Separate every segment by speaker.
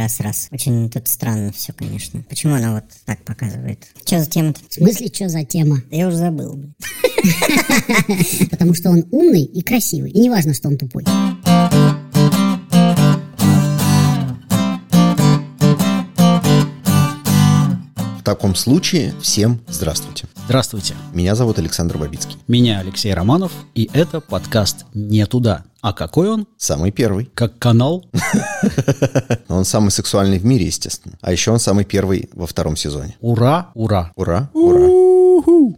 Speaker 1: раз-раз. Очень тут странно все, конечно. Почему она вот так показывает? Что за тема-то?
Speaker 2: В смысле, что за тема?
Speaker 1: Да Я уже забыл. блин.
Speaker 2: Потому что он умный и красивый. И не важно, что он тупой.
Speaker 3: В таком случае всем здравствуйте.
Speaker 4: Здравствуйте,
Speaker 3: Меня зовут Александр Бабицкий.
Speaker 4: меня Алексей Романов, и это подкаст «Не туда». А какой он?
Speaker 3: Самый первый.
Speaker 4: Как канал?
Speaker 3: Но он самый сексуальный в мире, естественно. А еще он самый первый во втором сезоне.
Speaker 4: Ура, ура.
Speaker 3: Ура, ура.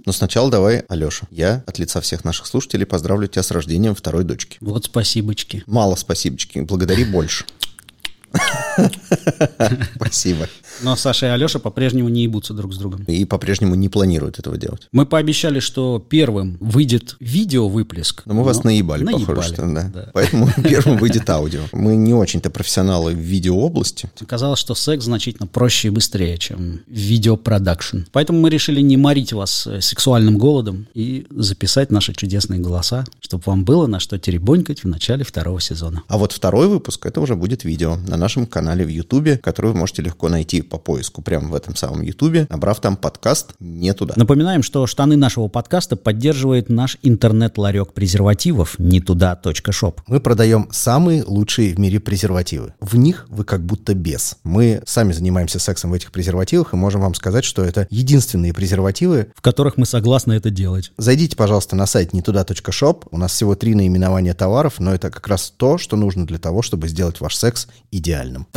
Speaker 3: Но сначала давай, Алеша, я от лица всех наших слушателей поздравлю тебя с рождением второй дочки.
Speaker 4: Вот спасибочки.
Speaker 3: Мало спасибочки, благодари больше. Спасибо.
Speaker 4: Но Саша и Алеша по-прежнему не ебутся друг с другом.
Speaker 3: И по-прежнему не планируют этого делать.
Speaker 4: Мы пообещали, что первым выйдет видео-выплеск.
Speaker 3: Но мы вас Ну, наебали, похоже, что да. Поэтому первым выйдет аудио. Мы не очень-то профессионалы в видеообласти.
Speaker 4: Оказалось, что секс значительно проще и быстрее, чем видеопродакшн. Поэтому мы решили не морить вас э, сексуальным голодом и записать наши чудесные голоса, чтобы вам было на что теребонькать в начале второго сезона.
Speaker 3: А вот второй выпуск, это уже будет видео на нашем канале в Ютубе, который вы можете легко найти по поиску прямо в этом самом Ютубе, набрав там подкаст «Не туда».
Speaker 4: Напоминаем, что штаны нашего подкаста поддерживает наш интернет-ларек презервативов не туда.шоп.
Speaker 3: Мы продаем самые лучшие в мире презервативы. В них вы как будто без. Мы сами занимаемся сексом в этих презервативах и можем вам сказать, что это единственные презервативы.
Speaker 4: В которых мы согласны это делать.
Speaker 3: Зайдите, пожалуйста, на сайт нетуда.шоп. У нас всего три наименования товаров, но это как раз то, что нужно для того, чтобы сделать ваш секс идеальным.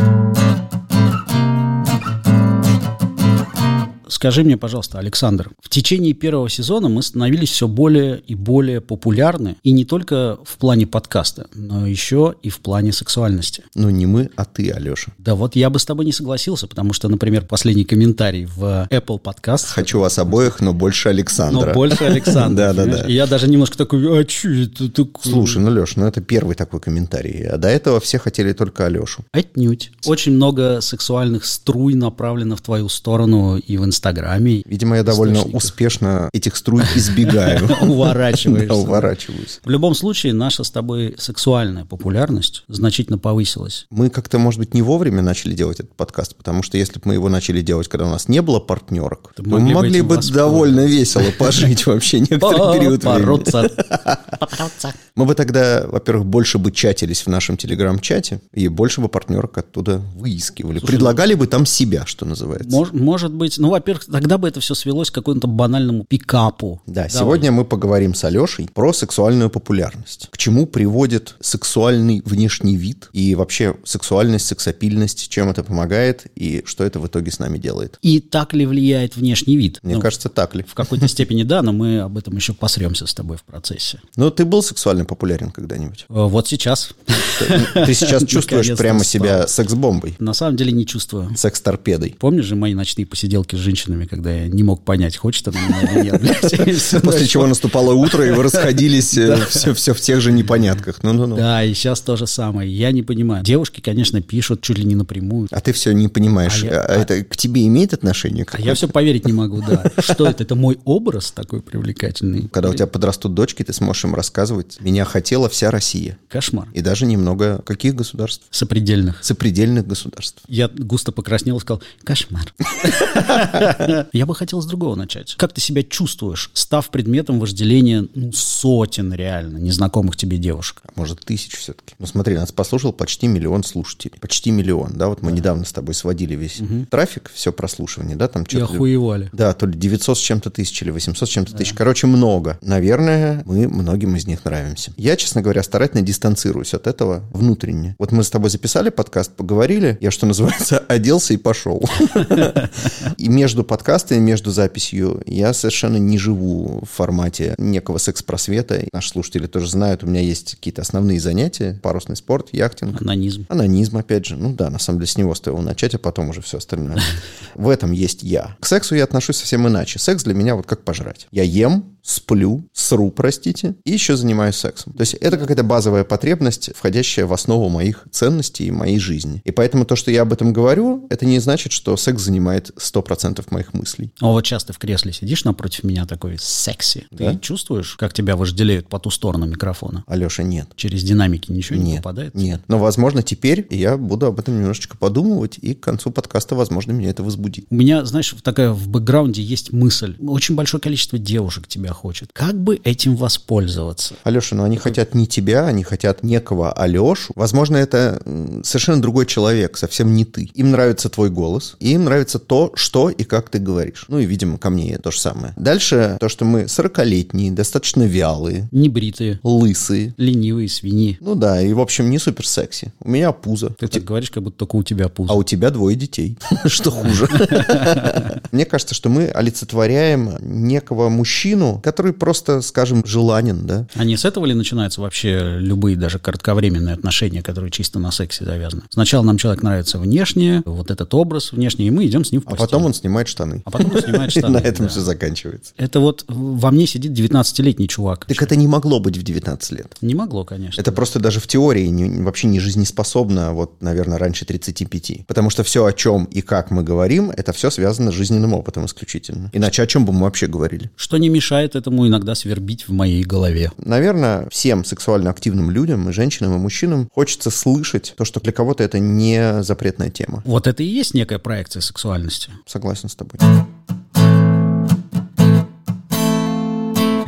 Speaker 4: Скажи мне, пожалуйста, Александр, в течение первого сезона мы становились все более и более популярны, и не только в плане подкаста, но еще и в плане сексуальности.
Speaker 3: Ну не мы, а ты, Алеша.
Speaker 4: Да вот я бы с тобой не согласился, потому что, например, последний комментарий в Apple Podcast
Speaker 3: Хочу вас обоих, но больше Александра.
Speaker 4: но больше Александра.
Speaker 3: Да-да-да.
Speaker 4: понимаешь? И я даже немножко такой, а чё это такое?
Speaker 3: Слушай, ну, Леш, ну это первый такой комментарий. А до этого все хотели только Алешу.
Speaker 4: Отнюдь. Очень много сексуальных струй направлено в твою сторону и в Инстаграме.
Speaker 3: Видимо, я довольно
Speaker 4: Источников.
Speaker 3: успешно этих струй избегаю.
Speaker 4: Уворачиваешься.
Speaker 3: Да, уворачиваюсь.
Speaker 4: В любом случае, наша с тобой сексуальная популярность значительно повысилась.
Speaker 3: Мы как-то, может быть, не вовремя начали делать этот подкаст, потому что если бы мы его начали делать, когда у нас не было партнерок,
Speaker 4: То
Speaker 3: мы
Speaker 4: могли бы
Speaker 3: могли
Speaker 4: этим
Speaker 3: бы
Speaker 4: воспользоваться.
Speaker 3: довольно весело пожить вообще некоторый период времени.
Speaker 4: А, Бороться.
Speaker 3: Мы бы тогда, во-первых, больше бы чатились в нашем телеграм-чате и больше бы партнерок оттуда выискивали. Предлагали
Speaker 4: ну,
Speaker 3: бы там себя, что называется.
Speaker 4: Мож- Может быть, ну, во-первых, тогда бы это все свелось к какому-то банальному пикапу.
Speaker 3: Да, сегодня мы поговорим с Алешей про сексуальную популярность. К чему приводит сексуальный внешний вид и вообще сексуальность, сексапильность, чем это помогает и что это в итоге с нами делает.
Speaker 4: И так ли влияет внешний вид?
Speaker 3: Мне
Speaker 4: Ну,
Speaker 3: кажется, так ли.
Speaker 4: в какой-то степени да, но мы об этом еще посремся с тобой в процессе.
Speaker 3: Но Ну, ты был сексуально популярен когда-нибудь? Ну,
Speaker 4: Э, Вот сейчас.
Speaker 3: Ты ты сейчас чувствуешь
Speaker 4: Наконец-то
Speaker 3: прямо
Speaker 4: встал.
Speaker 3: себя секс-бомбой,
Speaker 4: На самом деле не чувствую.
Speaker 3: секс-торпедой.
Speaker 4: Помнишь же мои ночные посиделки с женщинами, когда я не мог понять, хочет она меня или нет? блядь, и всю
Speaker 3: После
Speaker 4: ночь
Speaker 3: чего наступало утро, и вы расходились все, в тех же непонятках. Ну, Ну-ну-ну.
Speaker 4: Да, и сейчас то же самое. Я не понимаю. Девушки, конечно, пишут чуть ли не напрямую.
Speaker 3: А ты все не понимаешь.
Speaker 4: А я-
Speaker 3: А Это к тебе имеет отношение?
Speaker 4: А
Speaker 3: какое-то?
Speaker 4: я все поверить не могу, да. Что это? Это мой образ такой привлекательный?
Speaker 3: Когда у тебя подрастут дочки, ты сможешь им рассказывать. Меня хотела вся Россия.
Speaker 4: Кошмар.
Speaker 3: И даже немного каких государств?
Speaker 4: Сопредельных.
Speaker 3: Сопредельных государств.
Speaker 4: Я густо покраснел и сказал, кошмар. Я бы хотел с другого начать. Как ты себя чувствуешь, став предметом вожделения ну, сотен реально незнакомых тебе девушек?
Speaker 3: А Может, тысяч все-таки. Ну смотри, нас послушал почти миллион слушателей. Почти миллион, да? Вот мы недавно с тобой сводили весь трафик, все прослушивание, да? Там
Speaker 4: И
Speaker 3: что-то...
Speaker 4: охуевали.
Speaker 3: Да, то ли 900 с чем-то тысяч или 800 с чем-то тысяч. Короче, много. Наверное, мы многим из них нравимся. Я, честно говоря, старательно дистанцируюсь от этого внутренне. Вот мы с тобой записали подкаст, поговорили. Я, что называется, оделся и пошел. И между подкастами, между записью я совершенно не живу в формате некого секс-просвета. И Наши слушатели тоже знают, у меня есть какие-то основные занятия. Парусный спорт, яхтинг.
Speaker 4: Анонизм.
Speaker 3: Анонизм, опять же. Ну да, на самом деле, с него стоило начать, а потом уже все остальное. В этом есть я. К сексу я отношусь совсем иначе. Секс для меня вот как пожрать. Я ем, сплю, сру, простите, и еще занимаюсь сексом. То есть это какая-то базовая потребность, входящая в основу моих ценностей и моей жизни. И поэтому то, что я об этом говорю, это не значит, что секс занимает 100% моих мыслей.
Speaker 4: А вот сейчас ты в кресле сидишь напротив меня такой секси. Ты
Speaker 3: Да?
Speaker 4: чувствуешь, как тебя вожделеют по ту сторону микрофона?
Speaker 3: Алеша, нет.
Speaker 4: Через динамики ничего не
Speaker 3: Нет,
Speaker 4: попадает?
Speaker 3: Нет. Но, возможно, теперь я буду об этом немножечко подумывать, и к концу подкаста, возможно, меня это возбудит.
Speaker 4: У меня, знаешь, в- такая в бэкграунде есть мысль. Очень большое количество девушек тебя хочет. Как бы этим воспользоваться?
Speaker 3: Алеша, но ну, они хотят не тебя, они хотят некого Алешу. Возможно, это м, совершенно другой человек, совсем не ты. Им нравится твой голос, и им нравится то, что и как ты говоришь. Ну и, видимо, ко мне то же самое. Дальше то, что мы 40-летние, достаточно вялые,
Speaker 4: Небритые,
Speaker 3: лысые.
Speaker 4: ленивые свиньи.
Speaker 3: Ну да, и, в общем, не супер секси. У меня пузо.
Speaker 4: Ты типа так говоришь, как будто только у тебя пузо.
Speaker 3: А у тебя двое детей. Что хуже. Мне кажется, что мы олицетворяем некого мужчину, который просто, скажем, желанен, да?
Speaker 4: А не с этого ли начинаются вообще любые даже кратковременные отношения, которые чисто на сексе завязаны? Сначала нам человек нравится внешне, вот этот образ внешний, и мы идем с ним в
Speaker 3: А
Speaker 4: постель.
Speaker 3: потом он снимает штаны.
Speaker 4: А потом он снимает
Speaker 3: И
Speaker 4: штаны.
Speaker 3: на этом
Speaker 4: да.
Speaker 3: все заканчивается.
Speaker 4: Это вот во мне сидит 19-летний чувак.
Speaker 3: Так это не могло быть в 19 лет.
Speaker 4: Не могло, конечно.
Speaker 3: Это просто даже в теории не- вообще не жизнеспособно, вот, наверное, раньше 35. Потому что все, о чем и как мы говорим, это все связано с жизненным опытом исключительно. Иначе о чем бы мы вообще говорили?
Speaker 4: Что не мешает этому иногда свербить в моей голове.
Speaker 3: Наверное, всем сексуально активным людям, и женщинам, и мужчинам хочется слышать то, что для кого-то это не запретная тема.
Speaker 4: Вот это и есть некая проекция сексуальности.
Speaker 3: Согласен с тобой.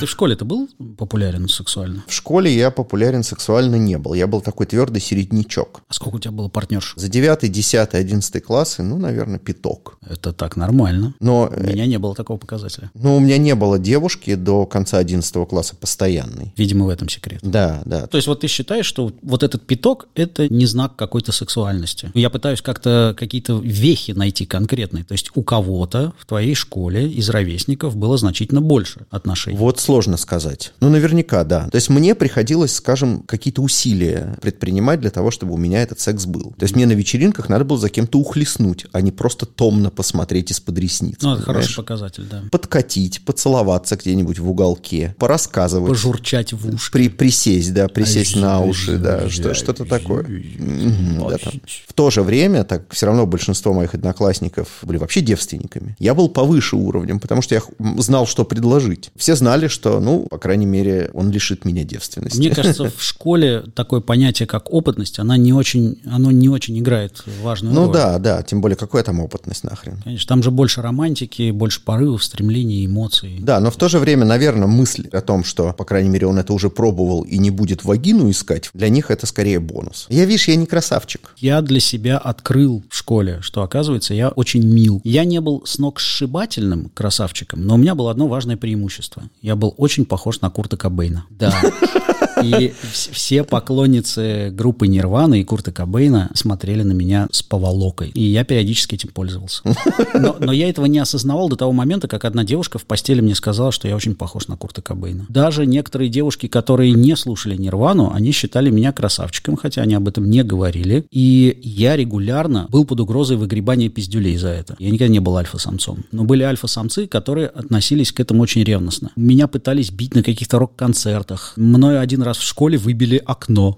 Speaker 4: Ты в школе-то был популярен сексуально?
Speaker 3: В школе я популярен сексуально не был. Я был такой твердый середнячок.
Speaker 4: А сколько у тебя было партнерш?
Speaker 3: За 9, 10, 11 классы, ну, наверное, пяток.
Speaker 4: Это так нормально.
Speaker 3: Но,
Speaker 4: У
Speaker 3: э,
Speaker 4: меня не было такого показателя.
Speaker 3: ну, у меня не было девушки до конца 11 класса постоянной.
Speaker 4: Видимо, в этом секрет.
Speaker 3: Да, да.
Speaker 4: То есть вот ты считаешь, что вот этот пяток – это не знак какой-то сексуальности. Я пытаюсь как-то какие-то вехи найти конкретные. То есть у кого-то в твоей школе из ровесников было значительно больше отношений.
Speaker 3: Вот сложно сказать. Ну, наверняка, да. То есть мне приходилось, скажем, какие-то усилия предпринимать для того, чтобы у меня этот секс был. То есть мне на вечеринках надо было за кем-то ухлестнуть, а не просто томно посмотреть из-под ресниц.
Speaker 4: Ну, это
Speaker 3: понимаешь?
Speaker 4: хороший показатель, да.
Speaker 3: Подкатить, поцеловаться где-нибудь в уголке, порассказывать.
Speaker 4: Пожурчать в уши.
Speaker 3: При, присесть, да, присесть
Speaker 4: Ай,
Speaker 3: на
Speaker 4: ай,
Speaker 3: уши, да,
Speaker 4: ай,
Speaker 3: что,
Speaker 4: ай,
Speaker 3: что-то
Speaker 4: ай,
Speaker 3: такое.
Speaker 4: ай,
Speaker 3: Мгм,
Speaker 4: ай,
Speaker 3: да, там.
Speaker 4: ай.
Speaker 3: В то же время, так все равно большинство моих одноклассников были вообще девственниками. Я был повыше уровнем, потому что я х- м, знал, что предложить. Все знали, что, ну, по крайней мере, он лишит меня девственности.
Speaker 4: Мне кажется, в школе такое понятие, как опытность, она не очень, оно не очень играет важную роль.
Speaker 3: ну да, да, тем более, какая там опытность нахрен.
Speaker 4: Конечно, там же больше романтики, больше порывов, стремлений, эмоций.
Speaker 3: Да, но в то же время, наверное, мысль о том, что, по крайней мере, он это уже пробовал и не будет вагину искать, для них это скорее бонус. Я, видишь, я не красавчик.
Speaker 4: Я для себя открыл в школе, что, оказывается, я очень мил. Я не был с ног сшибательным красавчиком, но у меня было одно важное преимущество. Я был очень похож на Курта Кобейна. Да. И вс- все поклонницы группы Нирвана и Курта Кобейна смотрели на меня с поволокой. И я периодически этим пользовался. Но, но я этого не осознавал до того момента, как одна девушка в постели мне сказала, что я очень похож на Курта Кобейна. Даже некоторые девушки, которые не слушали Нирвану, они считали меня красавчиком, хотя они об этом не говорили. И я регулярно был под угрозой выгребания пиздюлей за это. Я никогда не был альфа-самцом. Но были альфа-самцы, которые относились к этому очень ревностно. Меня пытались бить на каких-то рок-концертах. Мною один раз в школе выбили окно.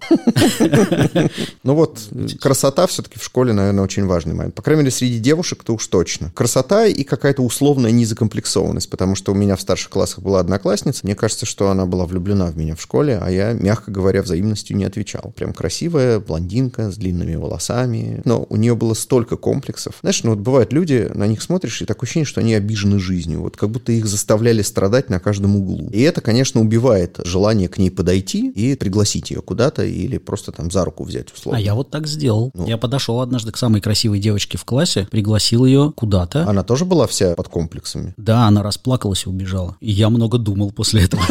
Speaker 3: Ну вот, красота все-таки в школе, наверное, очень важный момент. По крайней мере, среди девушек то уж точно. Красота и какая-то условная незакомплексованность, потому что у меня в старших классах была одноклассница. Мне кажется, что она была влюблена в меня в школе, а я, мягко говоря, взаимностью не отвечал. Прям красивая блондинка с длинными волосами. Но у нее было столько комплексов. Знаешь, ну вот бывают люди, на них смотришь, и такое ощущение, что они обижены жизнью. Вот как будто их заставляли страдать на каждом углу. И это, конечно, убивает желание к ней подойти и пригласить ее куда-то или просто там за руку взять условно.
Speaker 4: А я вот так сделал.
Speaker 3: Ну.
Speaker 4: Я подошел однажды к самой красивой девочке в классе, пригласил ее куда-то.
Speaker 3: Она тоже была вся под комплексами?
Speaker 4: Да, она расплакалась и убежала. И я много думал после этого.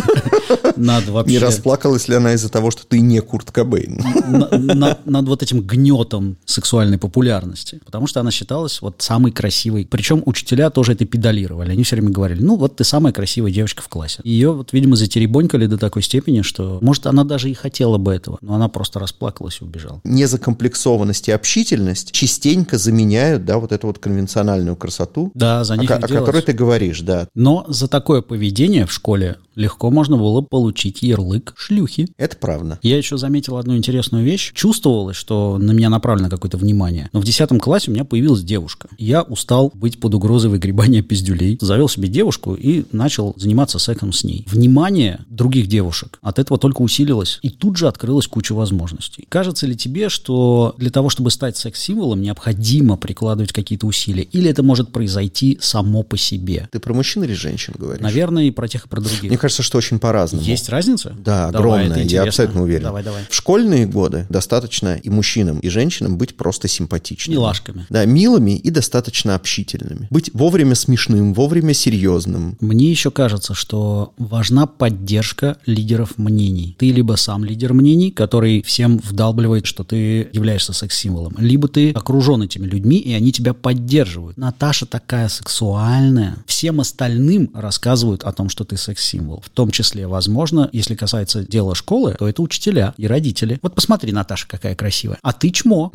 Speaker 4: Над
Speaker 3: Не
Speaker 4: вообще...
Speaker 3: расплакалась ли она из-за того, что ты не Курт Кобейн?
Speaker 4: на- над, над вот этим гнетом сексуальной популярности. Потому что она считалась вот самой красивой. Причем учителя тоже это педалировали. Они все время говорили, ну вот ты самая красивая девочка в классе. Ее вот, видимо, затеребонькали до такой степени, что, может, она даже и хотела бы этого, но она просто расплакалась и убежала.
Speaker 3: Незакомплексованность и общительность частенько заменяют, да, вот эту вот конвенциональную красоту,
Speaker 4: Да, за
Speaker 3: о,
Speaker 4: них
Speaker 3: А ко-
Speaker 4: и
Speaker 3: о
Speaker 4: дело.
Speaker 3: которой ты говоришь, да.
Speaker 4: Но за такое поведение в школе легко можно было получить ярлык шлюхи.
Speaker 3: Это правда.
Speaker 4: Я еще заметил одну интересную вещь. Чувствовалось, что на меня направлено какое-то внимание. Но в 10 классе у меня появилась девушка. Я устал быть под угрозой выгребания пиздюлей. Завел себе девушку и начал заниматься сексом с ней. Внимание других девушек от этого только усилилось. И тут же открылась куча возможностей. Кажется ли тебе, что для того, чтобы стать секс-символом, необходимо прикладывать какие-то усилия? Или это может произойти само по себе?
Speaker 3: Ты про мужчин или женщин говоришь?
Speaker 4: Наверное, и про тех, и про других.
Speaker 3: Мне кажется, что очень по-разному.
Speaker 4: Есть разница?
Speaker 3: Да,
Speaker 4: Давай, это
Speaker 3: огромная, я
Speaker 4: интересно.
Speaker 3: абсолютно уверен.
Speaker 4: Давай, давай.
Speaker 3: В школьные годы достаточно и мужчинам, и женщинам быть просто симпатичными.
Speaker 4: Милашками.
Speaker 3: Да, милыми и достаточно общительными. Быть вовремя смешным, вовремя серьезным.
Speaker 4: Мне еще кажется, что важна поддержка лидеров мнений. Ты либо сам лидер мнений, который всем вдалбливает, что ты являешься секс-символом, либо ты окружен этими людьми, и они тебя поддерживают. Наташа такая сексуальная. Всем остальным рассказывают о том, что ты секс-символ. В том числе, возможно, если касается дела школы, то это учителя и родители. Вот посмотри, Наташа какая красивая. А ты чмо.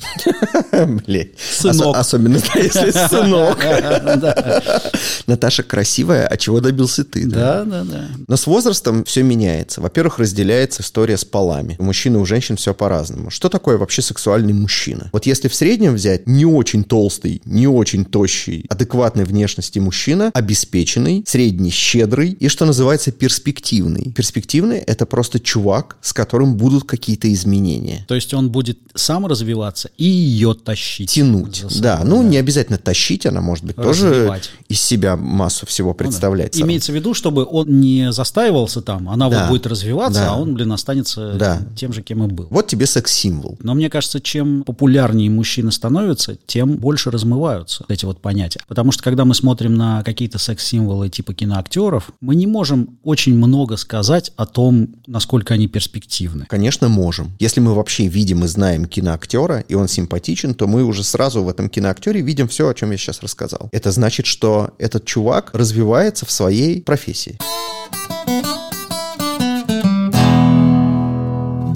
Speaker 3: Блин.
Speaker 4: Сынок.
Speaker 3: Осо- Особенно если сынок.
Speaker 4: Да,
Speaker 3: Наташа красивая, а чего добился ты?
Speaker 4: да, да.
Speaker 3: Но с возрастом все меняется. Во-первых, разделяется история с полами. У мужчин и у женщин все по-разному. Что такое вообще сексуальный мужчина? Вот если в среднем взять не очень толстый, не очень тощий, адекватной внешности мужчина, обеспеченный, средний щедрый и, что называется, перспективный. Перспективный – это просто чувак, с которым будут какие-то изменения.
Speaker 4: То есть он будет сам развиваться и ее тащить.
Speaker 3: Тянуть,
Speaker 4: за собой,
Speaker 3: да. Ну, не обязательно тащить, она может быть тоже
Speaker 4: Развивать.
Speaker 3: из себя массу всего
Speaker 4: Ну да.
Speaker 3: представлять. сама.
Speaker 4: Имеется в виду, чтобы он не застаивался там, она
Speaker 3: Да.
Speaker 4: вот будет развиваться,
Speaker 3: Да.
Speaker 4: а он, блин, останется
Speaker 3: Да.
Speaker 4: тем же, кем и был.
Speaker 3: Вот тебе секс-символ.
Speaker 4: Но мне кажется, чем популярнее мужчины становятся, тем больше размываются вот эти вот понятия. Потому что когда мы смотрим на какие-то секс-символы типа киноактеров, мы не можем очень много сказать о том, насколько они перспективны.
Speaker 3: Конечно, можем. Если мы вообще видим и знаем киноактера, и он симпатичен, то мы уже сразу в этом киноактере видим все, о чем я сейчас рассказал. Это значит, что этот чувак развивается в своей профессии.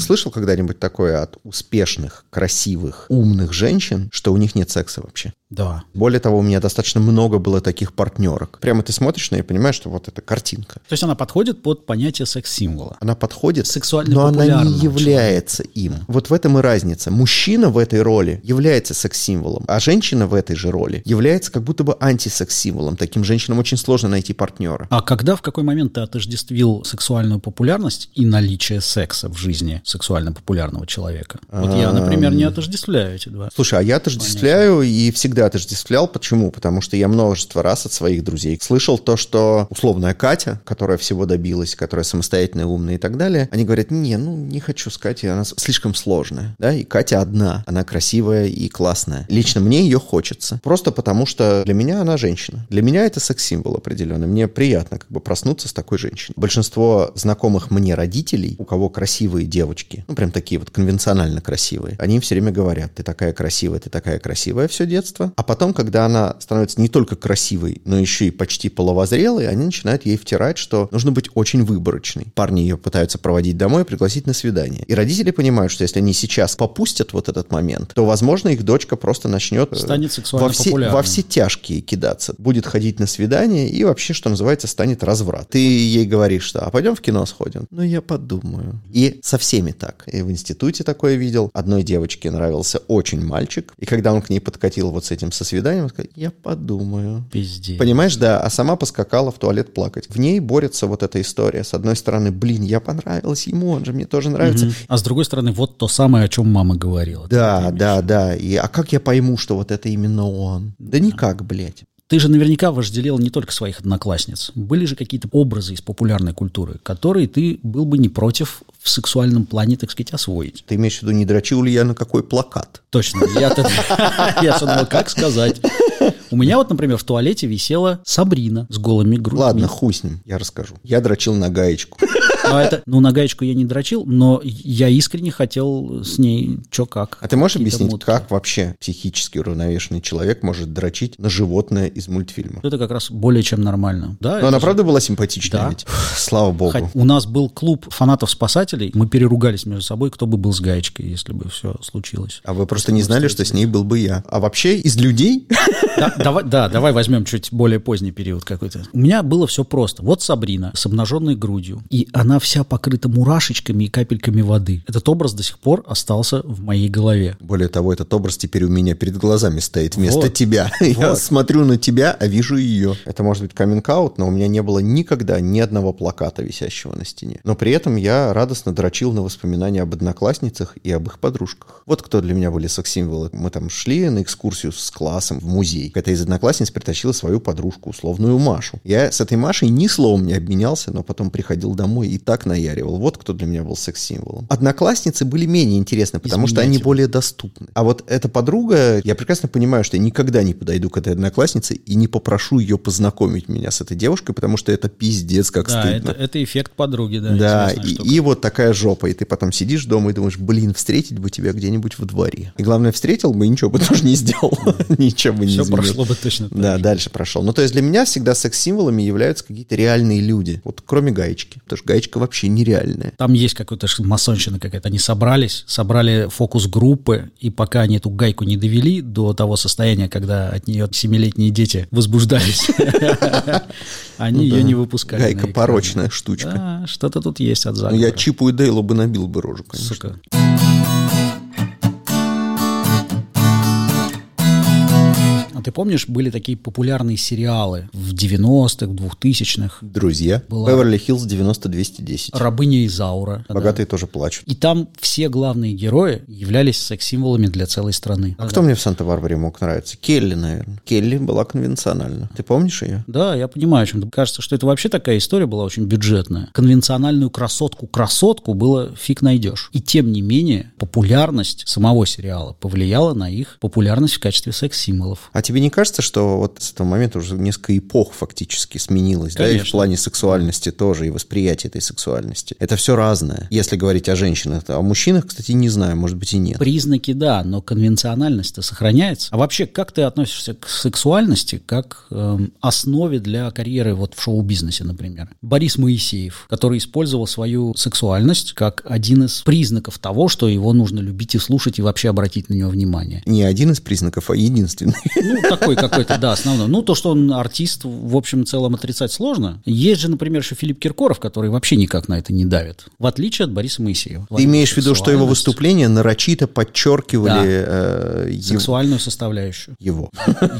Speaker 3: Слышал когда-нибудь такое от успешных, красивых, умных женщин, что у них нет секса вообще?
Speaker 4: Да.
Speaker 3: Более того, у меня достаточно много было таких партнерок. Прямо ты смотришь на нее и понимаешь, что вот эта картинка.
Speaker 4: То есть она подходит под понятие секс-символа.
Speaker 3: Она подходит,
Speaker 4: Сексуально
Speaker 3: но она не
Speaker 4: популярного
Speaker 3: является им. Вот в этом и разница. Мужчина в этой роли является секс-символом, а женщина в этой же роли является как будто бы антисекс-символом. Таким женщинам очень сложно найти партнера.
Speaker 4: А когда, в какой момент ты отождествил сексуальную популярность и наличие секса в жизни сексуально популярного человека? Вот я, например, не отождествляю эти два.
Speaker 3: Слушай, а я отождествляю и всегда отождествлял. Почему? Потому что я множество раз от своих друзей слышал то, что условная Катя, которая всего добилась, которая самостоятельная, умная и так далее, они говорят, не, ну не хочу с Катей, она с- слишком сложная. Да, и Катя одна, она красивая и классная. Лично мне ее хочется. Просто потому, что для меня она женщина. Для меня это секс-символ определенный. Мне приятно как бы проснуться с такой женщиной. Большинство знакомых мне родителей, у кого красивые девочки, ну прям такие вот конвенционально красивые, они им все время говорят, ты такая красивая, ты такая красивая все детство. А потом, когда она становится не только красивой, но еще и почти половозрелой, они начинают ей втирать, что нужно быть очень выборочной. Парни ее пытаются проводить домой и пригласить на свидание. И родители понимают, что если они сейчас попустят вот этот момент, то, возможно, их дочка просто начнет э,
Speaker 4: Станет сексуально
Speaker 3: во все,
Speaker 4: популярной.
Speaker 3: во все тяжкие кидаться. Будет ходить на свидание и вообще, что называется, станет разврат. Ты ей говоришь, что «а пойдем в кино сходим?» «Ну, я подумаю». И со всеми так. И в институте такое видел. Одной девочке нравился очень мальчик. И когда он к ней подкатил вот с этим со свиданием, он сказал «я подумаю».
Speaker 4: Пиздец.
Speaker 3: Понимаешь, да, а сама поскакала в туалет плакать. В ней борется вот эта история. С одной стороны, блин, я понравилась ему, он же мне тоже нравится.
Speaker 4: Мгм. А с другой стороны, вот то самое, о чем мама говорила.
Speaker 3: Да, да, да. И, а как я пойму, что вот это именно он? Да никак, блядь.
Speaker 4: Ты же наверняка вожделел не только своих одноклассниц. Были же какие-то образы из популярной культуры, которые ты был бы не против в сексуальном плане, так сказать, освоить.
Speaker 3: Ты имеешь в виду, не дрочил ли я на какой плакат?
Speaker 4: Точно. Я, тут- я всё думал, как сказать. У меня вот, например, в туалете висела Сабрина с голыми грудьми.
Speaker 3: Ладно, хуй с ним, я расскажу. Я дрочил на гаечку.
Speaker 4: Но это, ну, на гаечку я не дрочил, но я искренне хотел с ней чё как.
Speaker 3: А ты можешь
Speaker 4: какие-то
Speaker 3: объяснить,
Speaker 4: мутки.
Speaker 3: как вообще психически уравновешенный человек может дрочить на животное из мультфильма?
Speaker 4: Это как раз более чем нормально. Да,
Speaker 3: Но
Speaker 4: Ну, это
Speaker 3: Ну, она
Speaker 4: же-
Speaker 3: правда была симпатичная
Speaker 4: Да.
Speaker 3: ведь? Слава богу.
Speaker 4: Хоть У нас был клуб фанатов-спасателей. Мы переругались между собой, кто бы был с гаечкой, если бы все случилось.
Speaker 3: А вы просто не знали, что с ней был бы я. А вообще из людей?
Speaker 4: Да, давай, да, давай возьмем чуть более поздний период какой-то. У меня было все просто. Вот Сабрина с обнаженной грудью, и она вся покрыта мурашечками и капельками воды. Этот образ до сих пор остался в моей голове.
Speaker 3: Более того, этот образ теперь у меня перед глазами стоит вместо
Speaker 4: Вот.
Speaker 3: тебя. Я
Speaker 4: Вот.
Speaker 3: смотрю на тебя, а вижу ее. Это может быть каминг-аут, но у меня не было никогда ни одного плаката, висящего на стене. Но при этом я радостно дрочил на воспоминания об одноклассницах и об их подружках. Вот кто для меня были секс-символы. Мы там шли на экскурсию с классом в музей. Какая-то из одноклассниц притащила свою подружку, условную Машу. Я с этой Машей ни словом не обменялся, но потом приходил домой и так наяривал. Вот кто для меня был секс-символом. Одноклассницы были менее интересны, потому что они
Speaker 4: Изменятели.
Speaker 3: более доступны. А вот эта подруга, я прекрасно понимаю, что я никогда не подойду к этой однокласснице и не попрошу ее познакомить меня с этой девушкой, потому что это пиздец, как
Speaker 4: Да,
Speaker 3: стыдно.
Speaker 4: это, это эффект подруги, да.
Speaker 3: Да,
Speaker 4: известная
Speaker 3: и,
Speaker 4: штука.
Speaker 3: и вот такая жопа. И ты потом сидишь дома и думаешь, блин, встретить бы тебя где-нибудь во дворе. И главное, встретил бы, и ничего бы тоже не сделал. Ничего бы не
Speaker 4: Всё
Speaker 3: изменил.
Speaker 4: прошло бы точно так
Speaker 3: Да, дальше прошел. Ну, то есть для меня всегда секс-символами являются какие-то реальные люди. Вот кроме гаечки. Потому что гаечка вообще нереальная.
Speaker 4: Там есть какая-то ш- масонщина какая-то. Они собрались, собрали фокус-группы, и пока они эту гайку не довели до того состояния, когда от нее семилетние дети возбуждались, они ее не выпускали. на
Speaker 3: Ну Гайка
Speaker 4: экраны.
Speaker 3: порочная штучка.
Speaker 4: Да, что-то тут есть от
Speaker 3: Ну,
Speaker 4: заговора.
Speaker 3: я Чипу и Дейлу бы набил бы рожу, конечно.
Speaker 4: Сука. А ты помнишь, были такие популярные сериалы в 90-х, в 2000-х?
Speaker 3: Друзья.
Speaker 4: Была.
Speaker 3: Беверли-Хиллз 90-210.
Speaker 4: «Рабыня Изаура». Да.
Speaker 3: Богатые тоже плачут.
Speaker 4: И там все главные герои являлись секс-символами для целой страны.
Speaker 3: А кто мне в Санта-Барбаре мог нравиться? Келли, наверное. Келли была конвенциональна. Ты помнишь ее?
Speaker 4: Да, я понимаю, о чем ты. Кажется, что это вообще такая история была очень бюджетная. Конвенциональную красотку-красотку было фиг найдешь. И тем не менее, популярность самого сериала повлияла на их популярность в качестве секс-символов.
Speaker 3: А тебе не кажется, что вот с этого момента уже несколько эпох фактически сменилось, да, и в
Speaker 4: Конечно.
Speaker 3: плане сексуальности тоже, и восприятия этой сексуальности? Это все разное, если говорить о женщинах. А О мужчинах, кстати, не знаю, может быть и нет.
Speaker 4: Признаки, да, но конвенциональность-то сохраняется. А вообще, как ты относишься к сексуальности как эм, основе для карьеры вот в шоу-бизнесе, например? Борис Моисеев, который использовал свою сексуальность как один из признаков того, что его нужно любить и слушать и вообще обратить на него внимание.
Speaker 3: Не один из признаков, а единственный.
Speaker 4: Ну, такой какой-то, да, основной. Ну, то, что он артист, в общем целом отрицать сложно. Есть же, например, еще Филипп Киркоров, который вообще никак на это не давит. В отличие от Бориса Моисеева.
Speaker 3: Ты имеешь в виду, что его
Speaker 4: Сексуальность,
Speaker 3: выступления нарочито
Speaker 4: Да.
Speaker 3: подчеркивали э, ев-
Speaker 4: Сексуальную составляющую.
Speaker 3: его.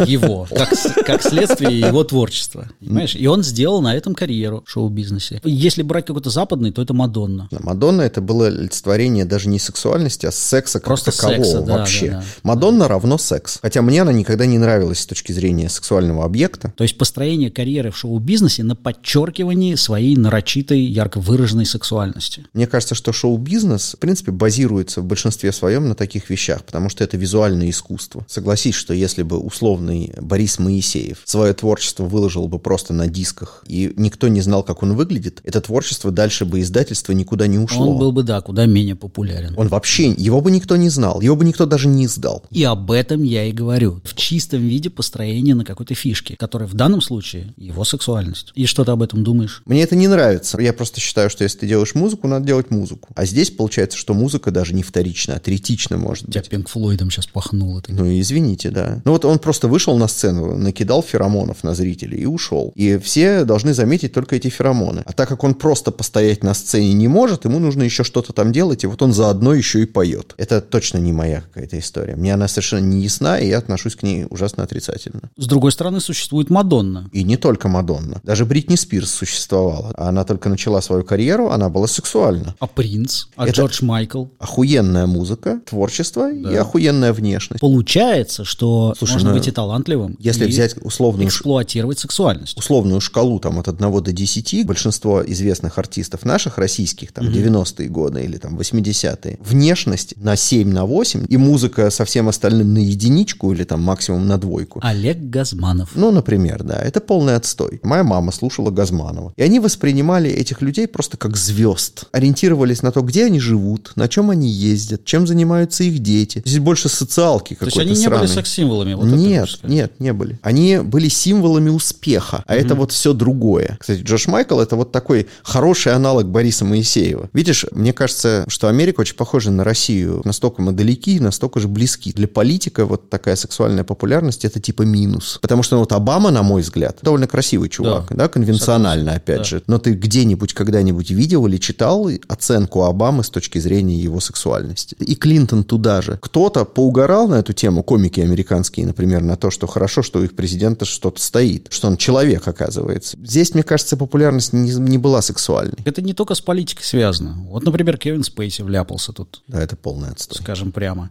Speaker 4: Его. Как, с- как следствие его творчества. Понимаешь? И он сделал на этом карьеру в шоу-бизнесе. Если брать какой-то западный, то это Мадонна.
Speaker 3: Мадонна это было олицетворение даже не сексуальности, а секса как
Speaker 4: Просто
Speaker 3: такового
Speaker 4: секса, да,
Speaker 3: вообще.
Speaker 4: да, да.
Speaker 3: Мадонна равно секс. Хотя мне она никогда не нравилась с точки зрения сексуального объекта.
Speaker 4: То есть построение карьеры в шоу-бизнесе на подчеркивании своей нарочитой, ярко выраженной сексуальности.
Speaker 3: Мне кажется, что шоу-бизнес, в принципе, базируется в большинстве своем на таких вещах, потому что это визуальное искусство. Согласись, что если бы условный Борис Моисеев свое творчество выложил бы просто на дисках, и никто не знал, как он выглядит, это творчество дальше бы издательство никуда не ушло.
Speaker 4: Он был бы, да, куда менее популярен.
Speaker 3: Он вообще, его бы никто не знал, его бы никто даже не издал.
Speaker 4: И об этом я и говорю. В чистом виде построение на какой-то фишке, которая в данном случае его сексуальность. И что ты об этом думаешь?
Speaker 3: Мне это не нравится. Я просто считаю, что если ты делаешь музыку, надо делать музыку. А здесь получается, что музыка даже не вторична, а третична может
Speaker 4: Тебя
Speaker 3: быть.
Speaker 4: Пинк Флойдом сейчас пахнуло. Ты.
Speaker 3: Ну и извините, да. Ну вот он просто вышел на сцену, накидал феромонов на зрителей и ушел. И все должны заметить только эти феромоны. А так как он просто постоять на сцене не может, ему нужно еще что-то там делать, и вот он заодно еще и поет. Это точно не моя какая-то история. Мне она совершенно не ясна, и я отношусь к ней ужасно отрицательно.
Speaker 4: С другой стороны, существует Мадонна.
Speaker 3: И не только Мадонна. Даже Бритни Спирс существовала. Она только начала свою карьеру, она была сексуальна.
Speaker 4: А Принц, а
Speaker 3: Это-
Speaker 4: Джордж Майкл.
Speaker 3: Охуенная музыка, творчество и охуенная внешность.
Speaker 4: Получается, что
Speaker 3: Слушай,
Speaker 4: можно
Speaker 3: ну,
Speaker 4: быть и талантливым,
Speaker 3: Если
Speaker 4: и
Speaker 3: взять условную ш-
Speaker 4: эксплуатировать сексуальность.
Speaker 3: условную шкалу там от 1 до 10, большинство известных артистов наших, российских, там 90-е годы или там 80-е, внешность на 7, на 8 и музыка со всем остальным на единичку или там максимум на на двойку.
Speaker 4: Олег Газманов.
Speaker 3: Ну, например, да, это полный отстой. Моя мама слушала Газманова. И они воспринимали этих людей просто как звезд. Ориентировались на то, где они живут, на чем они ездят, чем занимаются их дети. Здесь больше социалки
Speaker 4: То
Speaker 3: какой-то
Speaker 4: есть они не были
Speaker 3: сраной.
Speaker 4: секс-символами? вот это
Speaker 3: нет,
Speaker 4: хочешь сказать?
Speaker 3: нет, не были. Они были символами успеха, а это вот все другое. Кстати, Джош Майкл это вот такой хороший аналог Бориса Моисеева. Видишь, мне кажется, что Америка очень похожа на Россию. Настолько мы далеки, настолько же близки. Для политика вот такая сексуальная популярность это типа минус. Потому что ну, вот Обама, на мой взгляд, довольно красивый чувак, да, конвенционально, опять
Speaker 4: Да.
Speaker 3: же. Но ты где-нибудь когда-нибудь видел или читал оценку Обамы с точки зрения его сексуальности? И Клинтон туда же. Кто-то поугорал на эту тему, комики американские, например, на то, что хорошо, что у их президента что-то стоит, что он человек, оказывается. Здесь, мне кажется, популярность не, не была сексуальной.
Speaker 4: Это не только с политикой связано. Вот, например, Кевин Спейси вляпался тут,
Speaker 3: Да, это полный отстой.
Speaker 4: скажем прямо.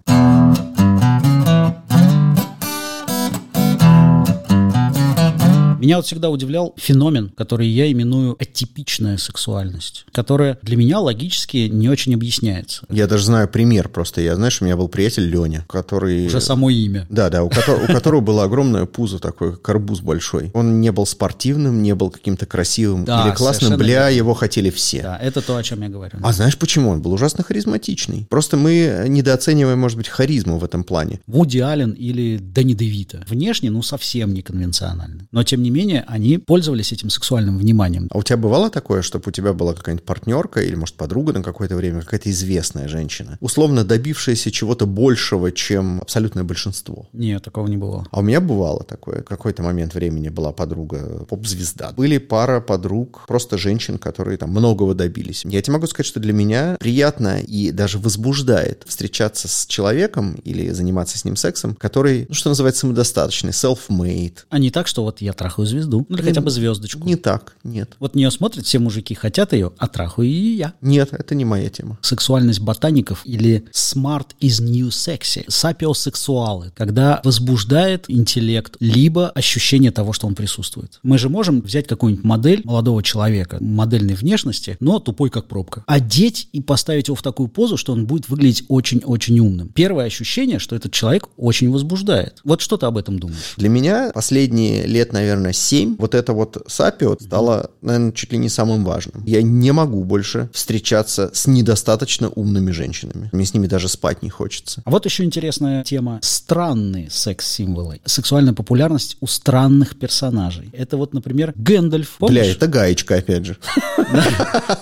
Speaker 4: Меня вот всегда удивлял феномен, который я именую атипичная сексуальность, которая для меня логически не очень объясняется.
Speaker 3: Я даже знаю пример просто. Я, знаешь, у меня был приятель Леня, который...
Speaker 4: Уже само имя.
Speaker 3: Да, да, у которого, у которого было огромное пузо такое, карбуз большой. Он не был спортивным, не был каким-то красивым
Speaker 4: Да,
Speaker 3: или классным.
Speaker 4: совершенно
Speaker 3: Бля, его хотели все.
Speaker 4: Да, это то, о чем я говорю.
Speaker 3: А знаешь почему? Он был ужасно харизматичный. Просто мы недооцениваем, может быть, харизму в этом плане.
Speaker 4: Вуди Аллен или Дани Девита. Внешне, ну, совсем не конвенционально. Но, тем не менее, они пользовались этим сексуальным вниманием.
Speaker 3: А у тебя бывало такое, чтобы у тебя была какая-нибудь партнерка или, может, подруга на какое-то время, какая-то известная женщина, условно добившаяся чего-то большего, чем абсолютное большинство?
Speaker 4: Нет, такого не было.
Speaker 3: А у меня бывало такое. В какой-то момент времени была подруга поп-звезда. Были пара подруг, просто женщин, которые там многого добились. Я тебе могу сказать, что для меня приятно и даже возбуждает встречаться с человеком или заниматься с ним сексом, который, ну, что называется, самодостаточный, self-made.
Speaker 4: А не так, что вот я трахаю звезду, ну или хотя бы звездочку.
Speaker 3: Не так, нет.
Speaker 4: Вот нее смотрят все мужики, хотят ее, а трахаю и я.
Speaker 3: Нет, это не моя тема.
Speaker 4: Сексуальность ботаников или smart is new sexy, сапиосексуалы, когда возбуждает интеллект, либо ощущение того, что он присутствует. Мы же можем взять какую-нибудь модель молодого человека, модельной внешности, но тупой как пробка. Одеть и поставить его в такую позу, что он будет выглядеть очень-очень умным. Первое ощущение, что этот человек очень возбуждает. Вот что ты об этом думаешь?
Speaker 3: Для меня последние лет, наверное, семь вот это вот сапио стало, наверное, чуть ли не самым важным. Я не могу больше встречаться с недостаточно умными женщинами. Мне с ними даже спать не хочется.
Speaker 4: А вот еще интересная тема. Странные секс-символы. Сексуальная популярность у странных персонажей. Это вот, например, Гэндальф.
Speaker 3: Бля,
Speaker 4: Помнишь?
Speaker 3: это гаечка, опять же.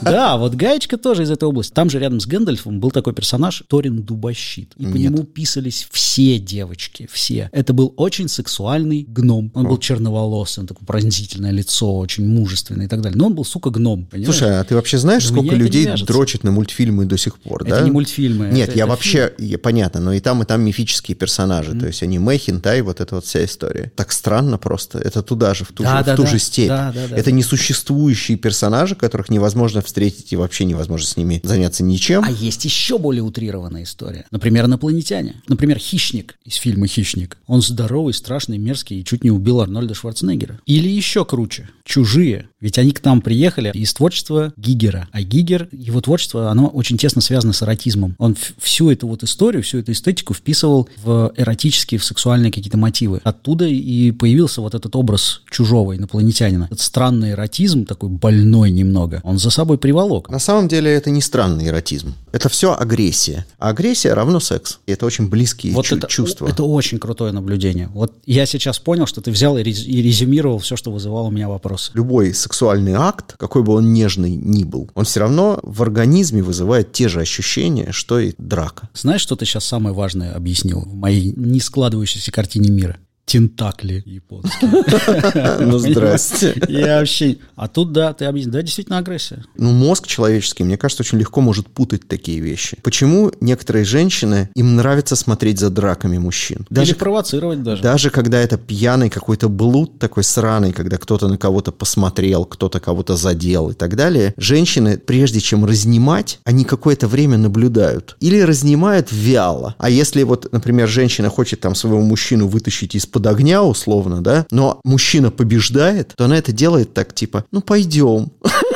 Speaker 4: Да, вот Гаечка тоже из этой области. Там же рядом с Гэндальфом был такой персонаж Торин Дубощит. И по
Speaker 3: Нет.
Speaker 4: нему писались все девочки, все. Это был очень сексуальный гном. Он был черноволосый, он такое пронзительное лицо, очень мужественный и так далее. Но он был, сука, гном, понимаешь?
Speaker 3: Слушай, а ты вообще знаешь,
Speaker 4: У меня
Speaker 3: сколько
Speaker 4: Ну, это не
Speaker 3: людей
Speaker 4: вяжется.
Speaker 3: дрочит на мультфильмы до сих пор,
Speaker 4: Это
Speaker 3: да?
Speaker 4: не мультфильмы.
Speaker 3: Нет,
Speaker 4: это-
Speaker 3: я
Speaker 4: это
Speaker 3: вообще, я- понятно, но и там, и там мифические персонажи, то есть аниме, хентай, вот эта вот вся история. Так странно просто, это туда же, в ту,
Speaker 4: Да,
Speaker 3: же, в
Speaker 4: да,
Speaker 3: ту
Speaker 4: да.
Speaker 3: же степь.
Speaker 4: Да, да, да,
Speaker 3: это
Speaker 4: да.
Speaker 3: несуществующие персонажи, которых невозможно встретить и вообще невозможно с ними заняться ничем.
Speaker 4: А есть еще более утрированная история. Например, инопланетяне. Например, хищник из фильма «Хищник». Он здоровый, страшный, мерзкий и чуть не убил Арнольда Шварценеггера. Или еще круче. Чужие. Ведь они к нам приехали из творчества Гигера. А Гигер, его творчество, оно очень тесно связано с эротизмом. Он ф- всю эту вот историю, всю эту эстетику вписывал в эротические, в сексуальные какие-то мотивы. Оттуда и появился вот этот образ чужого инопланетянина. Этот странный эротизм, такой больной немного, он за собой приволок.
Speaker 3: На самом деле это не странный эротизм. Это все агрессия. А агрессия равно секс. И это очень близкие чу- чувства.
Speaker 4: Это очень крутое наблюдение. Вот я сейчас понял, что ты взял и, рез- и резюмировал все, что вызывало у меня вопросы.
Speaker 3: Любой сексуальный акт, какой бы он нежный ни был, он все равно в организме вызывает те же ощущения, что и драка.
Speaker 4: Знаешь, что ты сейчас самое важное объяснил в моей не складывающейся картине мира? Тентакли японские.
Speaker 3: Ну, здрасте.
Speaker 4: Я вообще... А тут, да, ты объяснил. Да, действительно агрессия.
Speaker 3: Ну, мозг человеческий, мне кажется, очень легко может путать такие вещи. Почему некоторые женщины, им нравится смотреть за драками мужчин?
Speaker 4: Или
Speaker 3: Даже,
Speaker 4: провоцировать даже.
Speaker 3: даже когда это пьяный какой-то блуд такой сраный, когда кто-то на кого-то посмотрел, кто-то кого-то задел и так далее, женщины, прежде чем разнимать, они какое-то время наблюдают. Или разнимают вяло. А если вот, например, женщина хочет там своего мужчину вытащить из из-под огня условно, да, но мужчина побеждает, то она это делает так, типа, ну пойдем.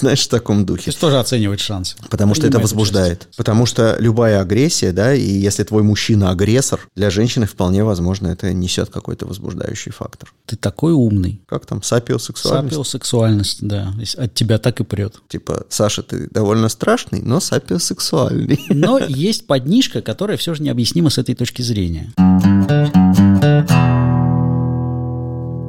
Speaker 3: Знаешь, в таком
Speaker 4: То
Speaker 3: духе.
Speaker 4: есть тоже оценивать шансы.
Speaker 3: Потому что это
Speaker 4: Принимать
Speaker 3: возбуждает. Потому что любая агрессия, да, и если твой мужчина агрессор, для женщины вполне возможно это несет какой-то возбуждающий фактор.
Speaker 4: участие. Ты такой умный.
Speaker 3: Как там, сапиосексуальность?
Speaker 4: Сапиосексуальность, да. То есть От тебя так и прет.
Speaker 3: Типа, Саша, ты довольно страшный, но сапиосексуальный.
Speaker 4: Но есть поднижка, которая все же необъяснима с этой точки зрения.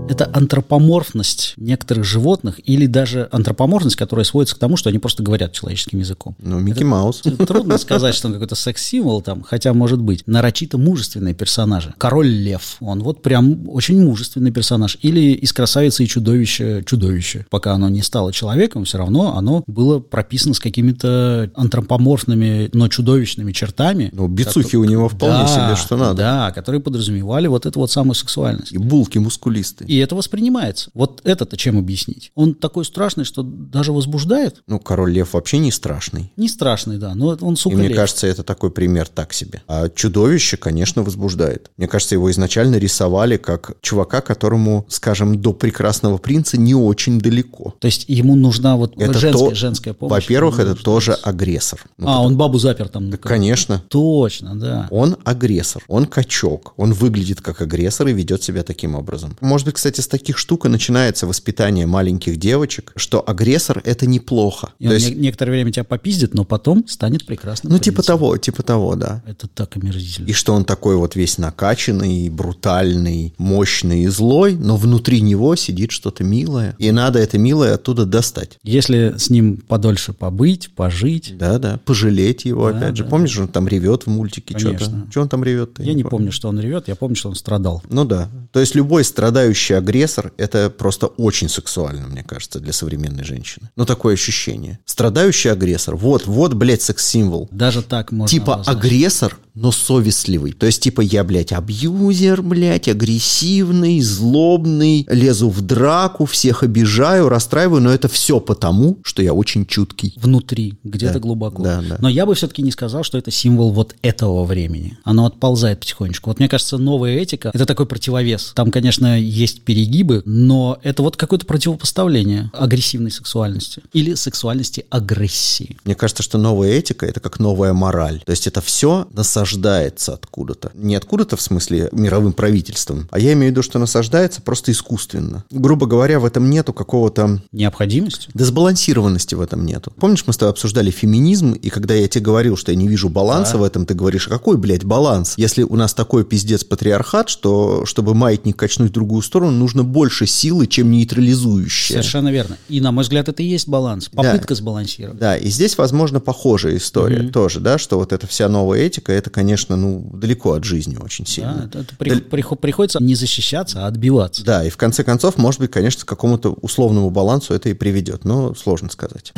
Speaker 4: Это антропоморфность некоторых животных или даже антропоморфность, которая сводится к тому, что они просто говорят человеческим языком.
Speaker 3: Ну, Микки Маус.
Speaker 4: Трудно сказать, что он какой-то секс-символ там, хотя может быть. Нарочито мужественные персонажи. Король Лев, он вот прям очень мужественный персонаж. Или из красавицы и чудовища чудовище. Пока оно не стало человеком, все равно оно было прописано с какими-то антропоморфными, но чудовищными чертами.
Speaker 3: Ну, бицухи у него вполне
Speaker 4: Да,
Speaker 3: себе, что надо.
Speaker 4: Да, которые подразумевали вот эту вот самую сексуальность.
Speaker 3: И булки мускулистые.
Speaker 4: И это воспринимается. Вот это-то чем объяснить? Он такой страшный, что даже возбуждает?
Speaker 3: Ну, король лев вообще не страшный.
Speaker 4: Не страшный, да, но он,
Speaker 3: И
Speaker 4: сука,
Speaker 3: мне
Speaker 4: лев.
Speaker 3: кажется, это такой пример так себе. А чудовище, конечно, возбуждает. Мне кажется, его изначально рисовали как чувака, которому, скажем, до прекрасного принца не очень далеко.
Speaker 4: То есть ему нужна вот
Speaker 3: Это
Speaker 4: Ну, женская,
Speaker 3: то-
Speaker 4: женская помощь.
Speaker 3: Во-первых,
Speaker 4: Ему
Speaker 3: это
Speaker 4: нужно-
Speaker 3: тоже агрессор. Ну,
Speaker 4: а, он бабу запер там. на-
Speaker 3: Конечно.
Speaker 4: Точно, да.
Speaker 3: Он агрессор, он качок, он выглядит как агрессор и ведет себя таким образом. Может быть, кстати, с таких штук и начинается воспитание маленьких девочек, что агрессор это неплохо.
Speaker 4: И он
Speaker 3: То есть,
Speaker 4: не- некоторое время тебя попиздит, но потом станет прекрасным.
Speaker 3: ну, типа
Speaker 4: принцем.
Speaker 3: того, типа того, да.
Speaker 4: Это так омерзительно.
Speaker 3: И что он такой вот весь накачанный, брутальный, мощный и злой, но внутри него сидит что-то милое. И надо это милое оттуда достать.
Speaker 4: Если с ним подольше побыть, пожить,
Speaker 3: Да-да, пожалеть его,
Speaker 4: Да,
Speaker 3: опять же.
Speaker 4: да.
Speaker 3: Помнишь, он там ревет в мультике
Speaker 4: Конечно.
Speaker 3: что-то? Что он там ревет?
Speaker 4: я не помню, что он ревет, я помню, что он страдал.
Speaker 3: Ну да. То есть любой страдающий агрессор – это просто очень сексуально, мне кажется, для современной женщины. Ну, такое ощущение. Страдающий агрессор. Вот, вот, блядь, секс-символ.
Speaker 4: Даже так можно
Speaker 3: Типа
Speaker 4: обозначить.
Speaker 3: агрессор, но совестливый. То есть, типа, я, блядь, абьюзер, блядь, агрессивный, злобный, лезу в драку, всех обижаю, расстраиваю, но это все потому, что я очень чуткий.
Speaker 4: внутри, где-то
Speaker 3: Да,
Speaker 4: глубоко.
Speaker 3: да, да.
Speaker 4: Но я бы все-таки не сказал, что это символ вот этого времени. Оно отползает потихонечку. Вот мне кажется, новая этика — это такой противовес. Там, конечно, есть перегибы, но это вот какое-то противопоставление агрессивной сексуальности или сексуальности агрессии.
Speaker 3: Мне кажется, что новая этика это как новая мораль. То есть это все насаждается откуда-то. Не откуда-то в смысле мировым правительством, а я имею в виду, что насаждается просто искусственно. Грубо говоря, в этом нету какого-то
Speaker 4: Необходимость?
Speaker 3: Дисбалансированности в этом нету. Помнишь, мы с тобой обсуждали феминизм, и когда я тебе говорил, что я не вижу баланса в этом, ты говоришь, «А какой, блядь, баланс? Если у нас такой пиздец патриархат, что чтобы маятник качнуть в другую сторону, нужно больше силы, чем нейтрализующая.
Speaker 4: Совершенно верно. И, на мой взгляд, это и есть баланс. Попытка сбалансировать.
Speaker 3: Да, и здесь, возможно, похожая история тоже, да, что вот эта вся новая этика, это, конечно, ну, далеко от жизни очень сильно.
Speaker 4: Да, это- это при- прихо- приходится не защищаться, а отбиваться.
Speaker 3: Да, и в конце концов, может быть, конечно, к какому-то условному балансу это и приведет, но сложно сказать.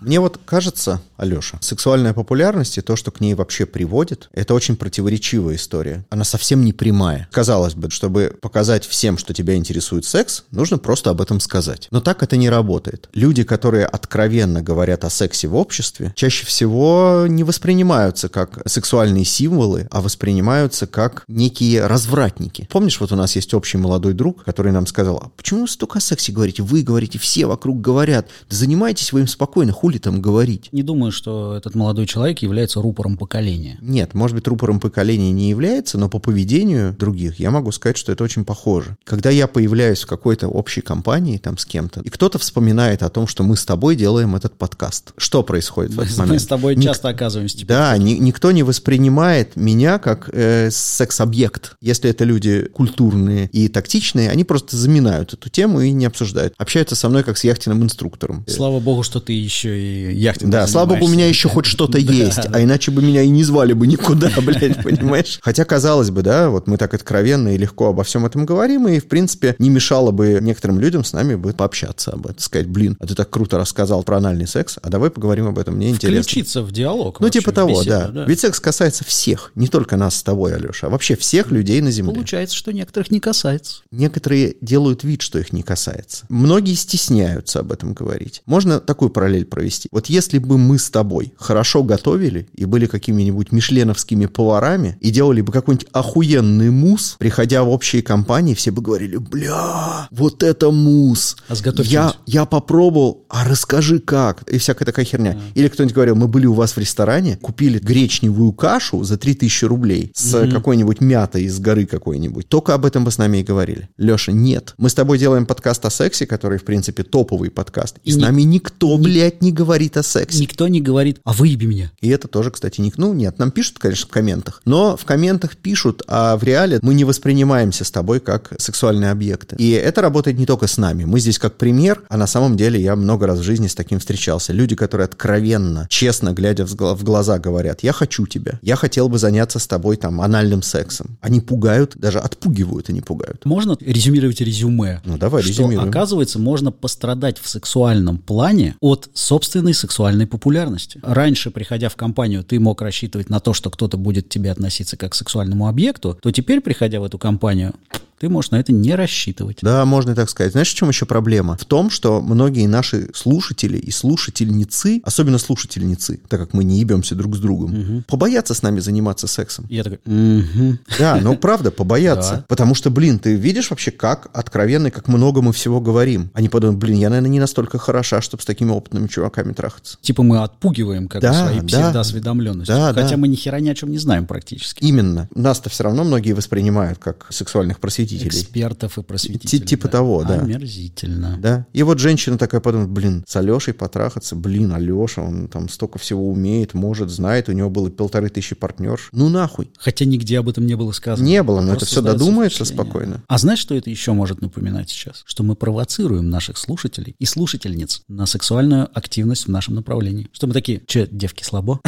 Speaker 3: Мне вот кажется, Алеша, сексуальная популярность и то, что к ней вообще приводит, это очень противоречивая история. Она совсем не прямая. Казалось бы, чтобы показать всем, что тебя интересует секс, нужно просто об этом сказать. Но так это не работает. Люди, которые откровенно говорят о сексе в обществе, чаще всего не воспринимаются как сексуальные символы, а воспринимаются как некие развратники. Помнишь, вот у нас есть общий молодой друг, который нам сказал, а почему вы столько о сексе говорите? Вы говорите, все вокруг говорят. Да занимайтесь вы им спокойно, хули там говорить?
Speaker 4: Не думаю, что этот молодой человек является рупором поколения.
Speaker 3: Нет, может быть, рупором поколения не является, но по поведению других я могу сказать, что это очень похоже. Когда я появляюсь в какой-то общей компании там с кем-то, и кто-то вспоминает о том, что мы с тобой делаем этот подкаст. Что происходит в этот момент?
Speaker 4: Мы с тобой
Speaker 3: Ник-
Speaker 4: часто оказываемся теперь.
Speaker 3: Да, ни- никто не воспринимает меня как э, секс-объект. Если это люди культурные и тактичные, они просто заминают эту тему и не обсуждают. Общаются со мной как с яхтенным инструктором.
Speaker 4: Слава богу, что ты еще и яхтингом
Speaker 3: Э, Да, слава богу, у меня
Speaker 4: занимаешься.
Speaker 3: еще хоть что-то
Speaker 4: Да,
Speaker 3: есть,
Speaker 4: да.
Speaker 3: а иначе бы меня и не звали бы никуда, блядь, понимаешь? Хотя, казалось бы, да, вот мы так откровенно и легко обо всем этом говорим, и, в принципе, не мешало бы некоторым людям с нами бы пообщаться об этом, сказать, блин, а ты так круто рассказал про анальный секс, а давай поговорим об этом, мне интересно.
Speaker 4: Включиться в диалог.
Speaker 3: Ну,
Speaker 4: вообще,
Speaker 3: типа
Speaker 4: в
Speaker 3: того,
Speaker 4: беседу,
Speaker 3: да. Ведь секс касается всех, не только нас с тобой, Алеша, а вообще всех людей на Земле.
Speaker 4: Получается, что некоторых не касается.
Speaker 3: Некоторые делают вид, что их не касается. Многие стесняются об этом говорить. Можно такую параллель провести. Вот если бы мы с с тобой хорошо готовили и были какими-нибудь мишленовскими поварами и делали бы какой-нибудь охуенный мусс, приходя в общие компании, все бы говорили, бля, вот это мусс.
Speaker 4: А сготовь
Speaker 3: я,
Speaker 4: что-нибудь».
Speaker 3: я попробовал, а расскажи как. И всякая такая херня. Или кто-нибудь говорил, мы были у вас в ресторане, купили гречневую кашу за 3000 рублей с э, какой-нибудь мятой из горы какой-нибудь. Только об этом бы с нами и говорили. Леша, нет. Мы с тобой делаем подкаст о сексе, который, в принципе, топовый подкаст. И,
Speaker 4: И
Speaker 3: с
Speaker 4: ни-
Speaker 3: нами никто, блядь, не говорит о сексе.
Speaker 4: Никто не говорит, а выеби меня.
Speaker 3: И это тоже, кстати, ник. Ну, нет, нам пишут, конечно, в комментах. Но в комментах пишут, а в реале мы не воспринимаемся с тобой как сексуальные объекты. И это работает не только с нами. Мы здесь как пример, а на самом деле я много раз в жизни с таким встречался. Люди, которые откровенно, честно, глядя в гла- в глаза, говорят, я хочу тебя, я хотел бы заняться с тобой там анальным сексом. Они пугают, даже отпугивают, они пугают.
Speaker 4: Можно резюмировать резюме?
Speaker 3: Ну, давай,
Speaker 4: Что,
Speaker 3: резюмируем.
Speaker 4: оказывается, можно пострадать в сексуальном плане от собственной сексуальной популярности. Раньше, приходя в компанию, ты мог рассчитывать на то, что кто-то будет к тебе относиться как к сексуальному объекту, то теперь, приходя в эту компанию, ты можешь на это не рассчитывать.
Speaker 3: Да, можно и так сказать. Знаешь, в чем еще проблема? В том, что многие наши слушатели и слушательницы, особенно слушательницы, так как мы не ебемся друг с другом, побоятся с нами заниматься сексом.
Speaker 4: Я такой, «Мгм».
Speaker 3: Да, ну правда, побоятся.
Speaker 4: Да.
Speaker 3: Потому что, блин, ты видишь вообще, как откровенно, и как много мы всего говорим. Они подумают, блин, я, наверное, не настолько хороша, чтобы с такими опытными чуваками трахаться.
Speaker 4: Типа мы отпугиваем как бы
Speaker 3: Да,
Speaker 4: своей
Speaker 3: да.
Speaker 4: псевдоосведомленностью.
Speaker 3: Да,
Speaker 4: хотя
Speaker 3: да.
Speaker 4: мы ни хера ни о чем не знаем практически.
Speaker 3: Именно. Нас-то все равно многие воспринимают как сексуальных просветителей.
Speaker 4: Экспертов и
Speaker 3: Ти-
Speaker 4: просветителей.
Speaker 3: типа того, да.
Speaker 4: Омерзительно.
Speaker 3: Да. И вот женщина такая подумает, блин, с Алешей потрахаться, блин, Алеша, он там столько всего умеет, может, знает, у него было полторы тысячи партнерш. Ну нахуй.
Speaker 4: Хотя нигде об этом не было сказано.
Speaker 3: Не было, но это
Speaker 4: Просто
Speaker 3: все
Speaker 4: создается
Speaker 3: додумается
Speaker 4: впечатление.
Speaker 3: спокойно.
Speaker 4: А знаешь, что это еще может напоминать сейчас? Что мы провоцируем наших слушателей и слушательниц на сексуальную активность в нашем направлении. Что мы такие, че, девки, слабо?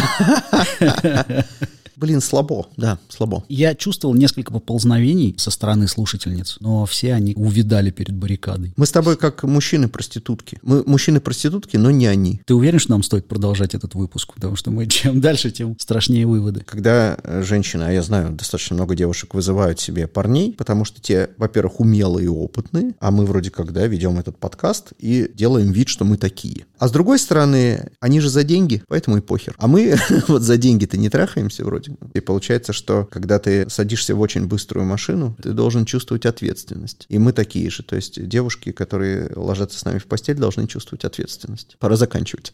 Speaker 3: Блин, слабо, да, слабо.
Speaker 4: Я чувствовал несколько поползновений со стороны слушательниц, но все они увидали перед баррикадой.
Speaker 3: Мы с тобой как мужчины-проститутки. Мы мужчины-проститутки, но не они.
Speaker 4: Ты уверен, что нам стоит продолжать этот выпуск? Потому что мы чем дальше, тем страшнее выводы.
Speaker 3: Когда э, женщины, а я знаю, достаточно много девушек вызывают себе парней, потому что те, во-первых, умелые и опытные, а мы вроде как, да, ведем этот подкаст и делаем вид, что мы такие. А с другой стороны, они же за деньги, поэтому и похер. А мы вот за деньги-то не трахаемся вроде. И получается, что когда ты садишься в очень быструю машину, ты должен чувствовать ответственность. И мы такие же. То есть девушки, которые ложатся с нами в постель, должны чувствовать ответственность. Пора заканчивать.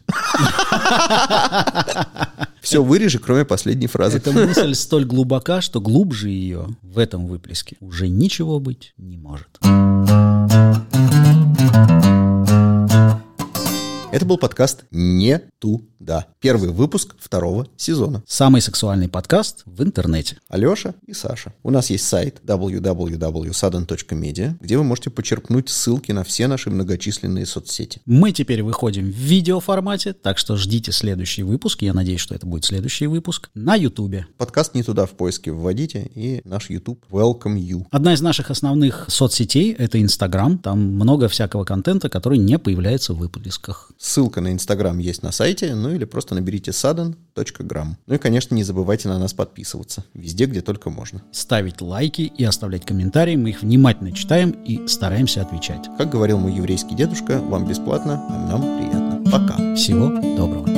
Speaker 3: Все вырежи, кроме последней фразы.
Speaker 4: Эта мысль столь глубока, что глубже ее в этом выплеске уже ничего быть не может.
Speaker 3: Это был подкаст «Не туда». Первый выпуск второго сезона.
Speaker 4: Самый сексуальный подкаст в интернете.
Speaker 3: Алеша и Саша. У нас есть сайт www.sadon.media, где вы можете почерпнуть ссылки на все наши многочисленные соцсети.
Speaker 4: Мы теперь выходим в видеоформате, так что ждите следующий выпуск. Я надеюсь, что это будет следующий выпуск на Ютубе.
Speaker 3: Подкаст «Не туда» в поиске вводите, и наш YouTube «Welcome You».
Speaker 4: Одна из наших основных соцсетей — это Инстаграм. Там много всякого контента, который не появляется в выплесках.
Speaker 3: Ссылка на Инстаграм есть на сайте, ну или просто наберите sadon.gram. Ну и, конечно, не забывайте на нас подписываться. Везде, где только можно.
Speaker 4: Ставить лайки и оставлять комментарии. Мы их внимательно читаем и стараемся отвечать.
Speaker 3: Как говорил мой еврейский дедушка, вам бесплатно, а нам приятно. Пока.
Speaker 4: Всего доброго.